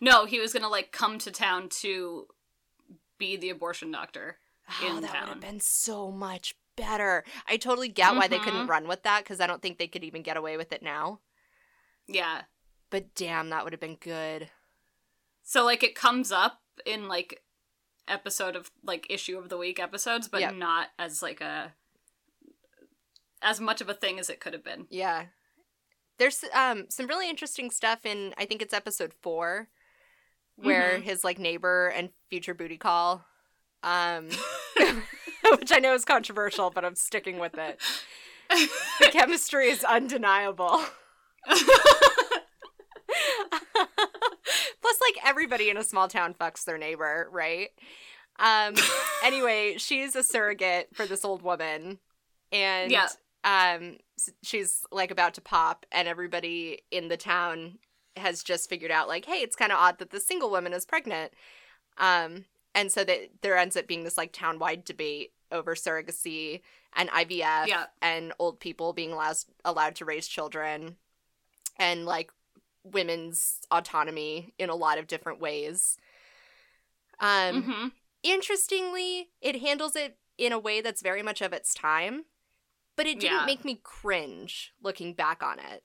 [SPEAKER 3] No, he was going to, like, come to town to be the abortion doctor.
[SPEAKER 2] Oh,
[SPEAKER 3] in
[SPEAKER 2] that would
[SPEAKER 3] town.
[SPEAKER 2] have been so much better. I totally get why they couldn't
[SPEAKER 3] Mhm.
[SPEAKER 2] run with that because I don't think they could even get away with it now.
[SPEAKER 3] Yeah.
[SPEAKER 2] But damn, that would have been good.
[SPEAKER 3] So, like, it comes up in, like, episode of, like, issue of the week episodes, but
[SPEAKER 2] Yep.
[SPEAKER 3] not as, like, a. as much of a thing as it could have been.
[SPEAKER 2] Yeah. There's um some really interesting stuff in I think it's episode four
[SPEAKER 3] Mm-hmm.
[SPEAKER 2] where his like neighbor and future booty call. Um which I know is controversial, but I'm sticking with it.
[SPEAKER 3] Mm-hmm.
[SPEAKER 2] The chemistry is undeniable. Plus, like everybody in a small town fucks their neighbor, right? Um. anyway, she's a surrogate for this old woman, and
[SPEAKER 3] Yeah.
[SPEAKER 2] um, s- she's like about to pop, and everybody in the town has just figured out, like, hey, it's kind of odd that this single woman is pregnant. Um, and so that there ends up being this like town wide debate over surrogacy and IVF
[SPEAKER 3] Yeah.
[SPEAKER 2] and old people being allowed allowed to raise children and like women's autonomy in a lot of different ways. Um
[SPEAKER 3] hmm
[SPEAKER 2] interestingly, it handles it in a way that's very much of its time, but it didn't
[SPEAKER 3] Yeah.
[SPEAKER 2] make me cringe looking back on it.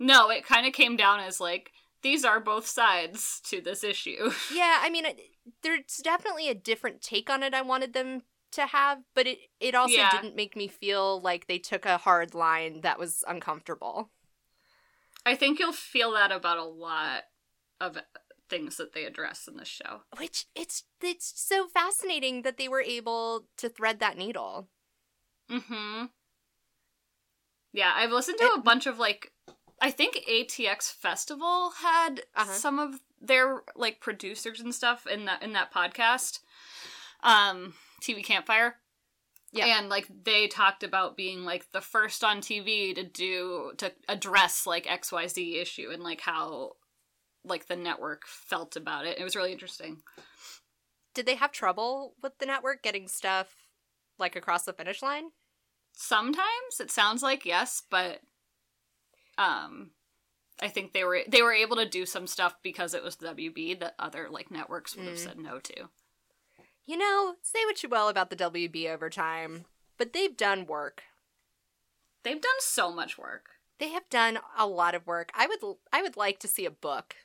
[SPEAKER 3] No, it kind of came down as like these are both sides to this issue.
[SPEAKER 2] Yeah, I mean, it- there's definitely a different take on it I wanted them to have, but it it also
[SPEAKER 3] Yeah.
[SPEAKER 2] didn't make me feel like they took a hard line that was uncomfortable.
[SPEAKER 3] I think you'll feel that about a lot of things that they address in this show.
[SPEAKER 2] Which it's it's so fascinating that they were able to thread that needle.
[SPEAKER 3] Mm-hmm. Yeah, I've listened to a bunch of like I think ATX Festival had
[SPEAKER 2] Uh-huh.
[SPEAKER 3] some of their like producers and stuff in that in that podcast. Um TV Campfire.
[SPEAKER 2] Yeah.
[SPEAKER 3] And like they talked about being like the first on TV to do to address like XYZ issue and like how like the network felt about it. It was really interesting.
[SPEAKER 2] Did they have trouble with the network getting stuff like across the finish line?
[SPEAKER 3] sometimes it sounds like yes but um i think they were they were able to do some stuff because it was wb that other like networks would have
[SPEAKER 2] Mm.
[SPEAKER 3] said no to
[SPEAKER 2] You know, say what you will about the WB over time, but they've done work.
[SPEAKER 3] they've done so much work
[SPEAKER 2] They have done a lot of work. I would I would like to see a book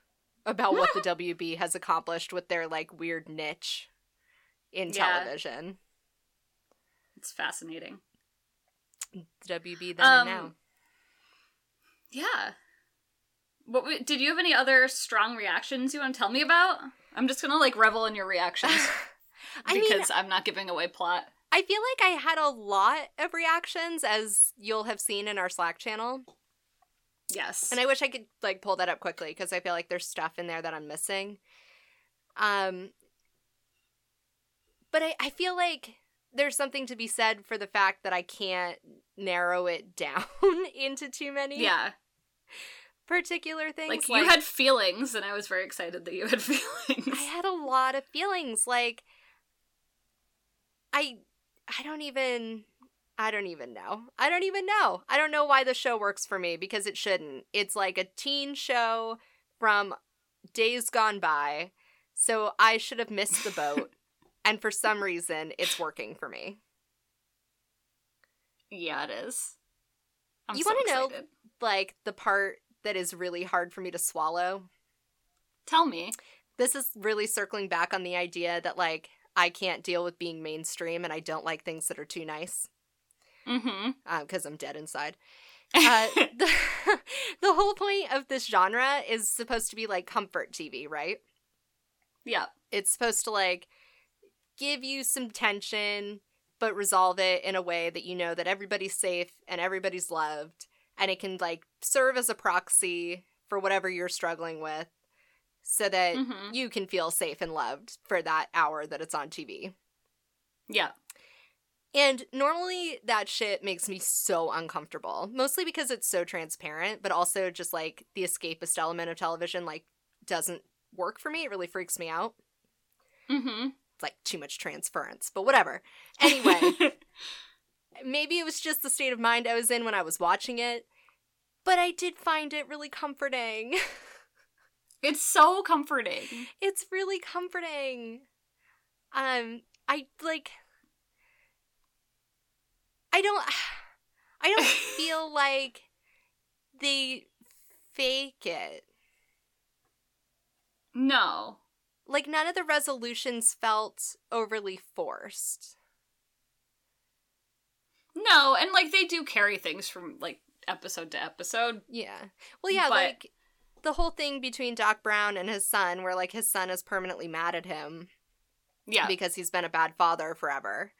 [SPEAKER 2] about what the WB has accomplished with their like weird niche in
[SPEAKER 3] Yeah.
[SPEAKER 2] television.
[SPEAKER 3] it's fascinating
[SPEAKER 2] The WB then and now.
[SPEAKER 3] Um, yeah what w- did you have any other strong reactions you want to tell me about i'm just gonna like revel in your reactions
[SPEAKER 2] I mean,
[SPEAKER 3] because i'm not giving away plot
[SPEAKER 2] I feel like I had a lot of reactions, as you'll have seen in our Slack channel.
[SPEAKER 3] Yes.
[SPEAKER 2] And I wish I could like pull that up quickly because I feel like there's stuff in there that I'm missing. Um but I, I feel like there's something to be said for the fact that I can't narrow it down into too many
[SPEAKER 3] yeah.
[SPEAKER 2] particular things.
[SPEAKER 3] Like, you had feelings, and I was very excited that you had feelings.
[SPEAKER 2] I had a lot of feelings. Like I I don't even I don't even know. I don't even know. I don't know why the show works for me because it shouldn't. It's like a teen show from days gone by. So I should have missed the boat. and for some reason it's working for me.
[SPEAKER 3] yeah, it is. I'm
[SPEAKER 2] You
[SPEAKER 3] so
[SPEAKER 2] wanna know-
[SPEAKER 3] excited.
[SPEAKER 2] Like the part that is really hard for me to swallow.
[SPEAKER 3] Tell me.
[SPEAKER 2] This is really circling back on the idea that like I can't deal with being mainstream and I don't like things that are too nice
[SPEAKER 3] Mm-hmm.
[SPEAKER 2] because I'm dead inside. uh, the, the whole point of this genre is supposed to be like comfort TV, right?
[SPEAKER 3] yeah.
[SPEAKER 2] It's supposed to like give you some tension, but resolve it in a way that you know that everybody's safe and everybody's loved, and it can like serve as a proxy for whatever you're struggling with so that
[SPEAKER 3] Mm-hmm.
[SPEAKER 2] you can feel safe and loved for that hour that it's on TV.
[SPEAKER 3] Yeah.
[SPEAKER 2] And normally that shit makes me so uncomfortable, mostly because it's so transparent, but also just like the escapist element of television like doesn't work for me. It really freaks me out.
[SPEAKER 3] Mm-hmm.
[SPEAKER 2] It's like too much transference, but whatever. Anyway, maybe it was just the state of mind I was in when I was watching it, but I did find it really comforting.
[SPEAKER 3] it's so comforting.
[SPEAKER 2] it's really comforting. Um, I like. I don't. I don't feel like they fake it.
[SPEAKER 3] No.
[SPEAKER 2] Like none of the resolutions felt overly forced.
[SPEAKER 3] No, and like they do carry things from like episode to episode.
[SPEAKER 2] Yeah. Well, yeah,
[SPEAKER 3] But-
[SPEAKER 2] like the whole thing between Doc Brown and his son, where like his son is permanently mad at him
[SPEAKER 3] Yeah.
[SPEAKER 2] because he's been a bad father forever.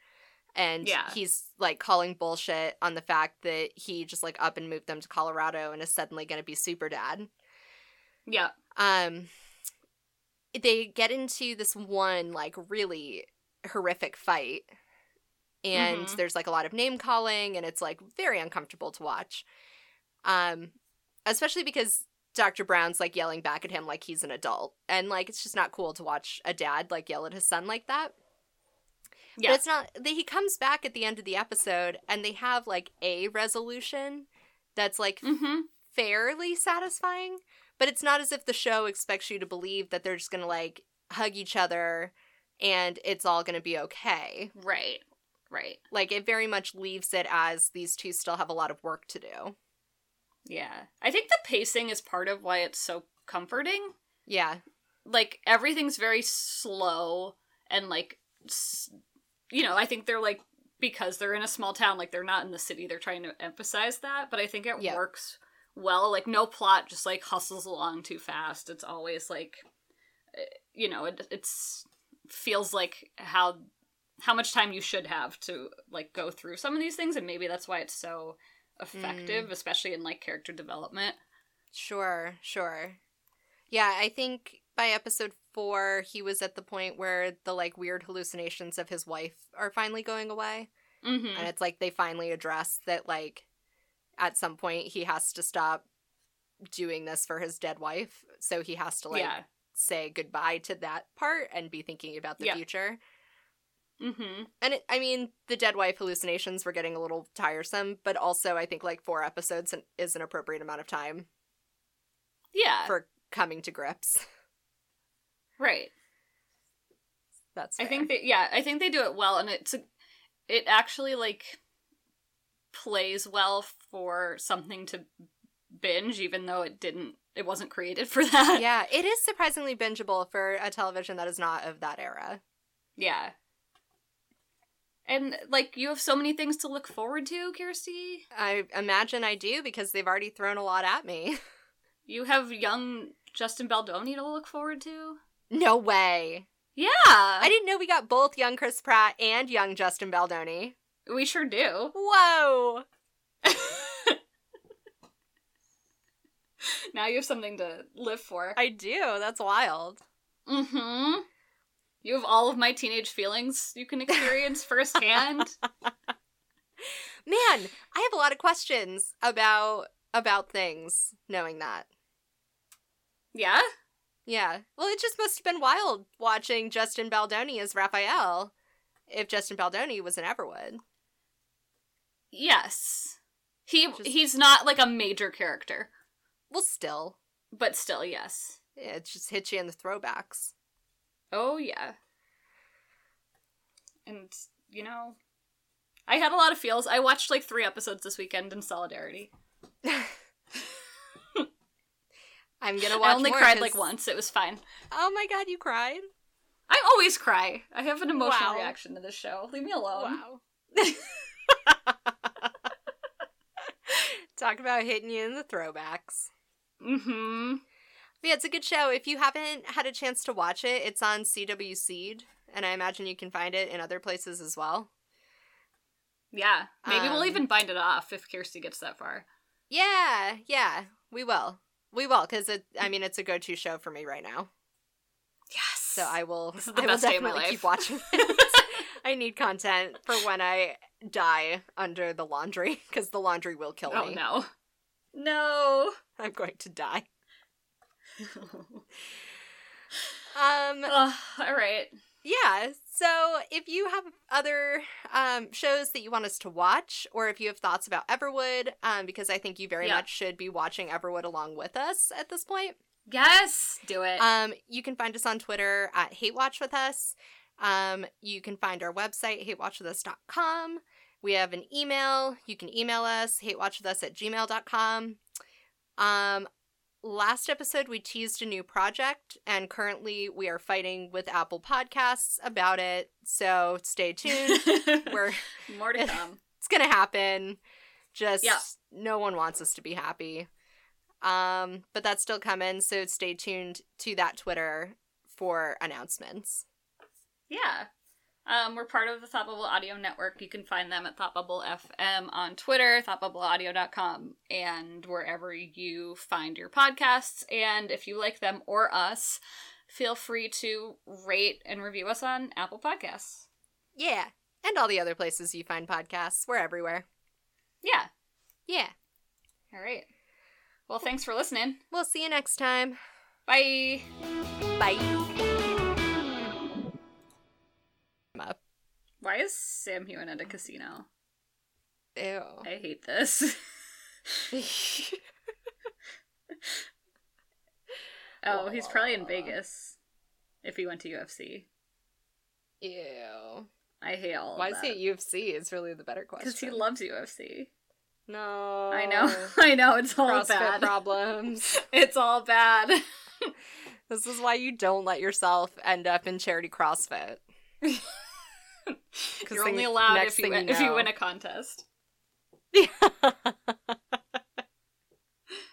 [SPEAKER 2] And
[SPEAKER 3] Yeah.
[SPEAKER 2] he's like calling bullshit on the fact that he just like up and moved them to Colorado and is suddenly going to be super dad.
[SPEAKER 3] yeah.
[SPEAKER 2] Um they get into this one like really horrific fight and
[SPEAKER 3] Mhm.
[SPEAKER 2] there's like a lot of name calling and it's like very uncomfortable to watch. Um especially because Dr. Brown's like yelling back at him like he's an adult and like it's just not cool to watch a dad like yell at his son like that.
[SPEAKER 3] Yeah.
[SPEAKER 2] But it's not that he comes back at the end of the episode and they have like a resolution that's like
[SPEAKER 3] Mm-hmm.
[SPEAKER 2] fairly satisfying, but it's not as if the show expects you to believe that they're just going to like hug each other and it's all going to be okay.
[SPEAKER 3] Right. Right.
[SPEAKER 2] Like it very much leaves it as these two still have a lot of work to do.
[SPEAKER 3] Yeah. I think the pacing is part of why it's so comforting.
[SPEAKER 2] Yeah.
[SPEAKER 3] Like everything's very slow and like s- you know, I think they're like because they're in a small town, like they're not in the city, they're trying to emphasize that, but I think it
[SPEAKER 2] Yeah.
[SPEAKER 3] works well. Like no plot just like hustles along too fast. It's always like eh, you know, it it's feels like how how much time you should have to like go through some of these things and maybe that's why it's so
[SPEAKER 2] Mm.
[SPEAKER 3] effective, especially in like character development.
[SPEAKER 2] Sure, sure. Yeah, I think by episode 4 he was at the point where the like weird hallucinations of his wife are finally going away.
[SPEAKER 3] Mm-hmm.
[SPEAKER 2] and it's like they finally address that like at some point he has to stop doing this for his dead wife so he has to like
[SPEAKER 3] yeah.
[SPEAKER 2] say goodbye to that part and be thinking about the
[SPEAKER 3] Yeah.
[SPEAKER 2] future
[SPEAKER 3] Mm-hmm.
[SPEAKER 2] and it, i mean the dead wife hallucinations were getting a little tiresome but also i think like four episodes an- is an appropriate amount of time
[SPEAKER 3] Yeah.
[SPEAKER 2] for coming to grips
[SPEAKER 3] right.
[SPEAKER 2] that's
[SPEAKER 3] I think
[SPEAKER 2] fair.
[SPEAKER 3] that yeah, I think they do it well, and it's a, it actually like plays well for something to binge, even though it didn't. It wasn't created for that.
[SPEAKER 2] yeah it is surprisingly bingeable for a television that is not of that era
[SPEAKER 3] Yeah. And like you have so many things to look forward to, Kirsty.
[SPEAKER 2] i imagine i do because they've already thrown a lot at me
[SPEAKER 3] You have young Justin Baldoni to look forward to.
[SPEAKER 2] no way
[SPEAKER 3] Yeah.
[SPEAKER 2] I didn't know we got both young Chris Pratt and young Justin Baldoni.
[SPEAKER 3] we sure do.
[SPEAKER 2] Whoa!
[SPEAKER 3] Now you have something to live for.
[SPEAKER 2] I do. That's wild.
[SPEAKER 3] Mm-hmm. You have all of my teenage feelings you can experience firsthand.
[SPEAKER 2] Man, I have a lot of questions about about things knowing that.
[SPEAKER 3] yeah?
[SPEAKER 2] Yeah. Well, it just must have been wild watching Justin Baldoni as Raphael if Justin Baldoni was in Everwood.
[SPEAKER 3] Yes. He
[SPEAKER 2] Just-
[SPEAKER 3] he's not like a major character,
[SPEAKER 2] Well, still,
[SPEAKER 3] but still, yes.
[SPEAKER 2] yeah, it just hits you in the throwbacks.
[SPEAKER 3] Oh yeah. And you know, I had a lot of feels. I watched like three episodes this weekend in solidarity.
[SPEAKER 2] I'm gonna watch.
[SPEAKER 3] I only
[SPEAKER 2] more
[SPEAKER 3] cried
[SPEAKER 2] 'cause-
[SPEAKER 3] like once. It was fine.
[SPEAKER 2] Oh my god, you cried!
[SPEAKER 3] I always cry. I have an emotional
[SPEAKER 2] Wow.
[SPEAKER 3] reaction to this show. Leave me alone.
[SPEAKER 2] Talk about hitting you in the throwbacks.
[SPEAKER 3] Mm-hmm.
[SPEAKER 2] But yeah, it's a good show. If you haven't had a chance to watch it, it's on CW Seed, and I imagine you can find it in other places as well.
[SPEAKER 3] Yeah. Maybe we'll
[SPEAKER 2] Um,
[SPEAKER 3] even bind it off if Kirsty gets that far.
[SPEAKER 2] Yeah, yeah, we will. We will, because it. I mean, it's a go-to show for me right now.
[SPEAKER 3] Yes.
[SPEAKER 2] So I will.
[SPEAKER 3] This is the
[SPEAKER 2] I
[SPEAKER 3] best
[SPEAKER 2] will
[SPEAKER 3] day of my
[SPEAKER 2] definitely keep
[SPEAKER 3] life.
[SPEAKER 2] watching. it. I need content for when I die under the laundry, because the laundry will kill
[SPEAKER 3] Oh
[SPEAKER 2] me.
[SPEAKER 3] no. No.
[SPEAKER 2] I'm going to die. Um,
[SPEAKER 3] Ugh, all right.
[SPEAKER 2] Yeah. So if you have other um, shows that you want us to watch, or if you have thoughts about Everwood, um, because I think you very
[SPEAKER 3] Yeah.
[SPEAKER 2] much should be watching Everwood along with us at this point,
[SPEAKER 3] Yes. Do it.
[SPEAKER 2] um, you can find us on Twitter at Hate Watch with Us. Um, you can find our website, hatewatchwithus.com. We have an email. You can email us, hatewatchwithus at gmail.com. Um, last episode, we teased a new project, and currently we are fighting with Apple Podcasts about it. So stay tuned. We're,
[SPEAKER 3] More to come.
[SPEAKER 2] it's going to happen. Just
[SPEAKER 3] Yeah.
[SPEAKER 2] no one wants us to be happy. Um, but that's still coming. So stay tuned to that Twitter for announcements.
[SPEAKER 3] Yeah. Um, we're part of the Thought Bubble Audio Network. You can find them at Thought Bubble FM on Twitter, thoughtbubbleaudio.com, and wherever you find your podcasts. And if you like them or us, feel free to rate and review us on Apple Podcasts.
[SPEAKER 2] Yeah. And all the other places you find podcasts. We're everywhere.
[SPEAKER 3] Yeah.
[SPEAKER 2] Yeah.
[SPEAKER 3] All right. Well, thanks for listening.
[SPEAKER 2] We'll see you next time.
[SPEAKER 3] Bye.
[SPEAKER 2] Bye. Up.
[SPEAKER 3] Why is Sam Hewen
[SPEAKER 2] Oh.
[SPEAKER 3] at a casino?
[SPEAKER 2] Ew.
[SPEAKER 3] I hate this. oh, he's probably in Vegas. If he went to UFC,
[SPEAKER 2] Ew.
[SPEAKER 3] I hate all. of
[SPEAKER 2] Why is
[SPEAKER 3] that.
[SPEAKER 2] he at UFC? Is really the better question.
[SPEAKER 3] Because he loves UFC.
[SPEAKER 2] no.
[SPEAKER 3] I know. I know. It's all
[SPEAKER 2] Oh. CrossFit
[SPEAKER 3] bad.
[SPEAKER 2] problems.
[SPEAKER 3] It's all bad.
[SPEAKER 2] This is why you don't let yourself end up in charity CrossFit.
[SPEAKER 3] You're
[SPEAKER 2] thing-
[SPEAKER 3] only allowed
[SPEAKER 2] next
[SPEAKER 3] if you
[SPEAKER 2] thing
[SPEAKER 3] win,
[SPEAKER 2] you
[SPEAKER 3] if you
[SPEAKER 2] know.
[SPEAKER 3] win a contest.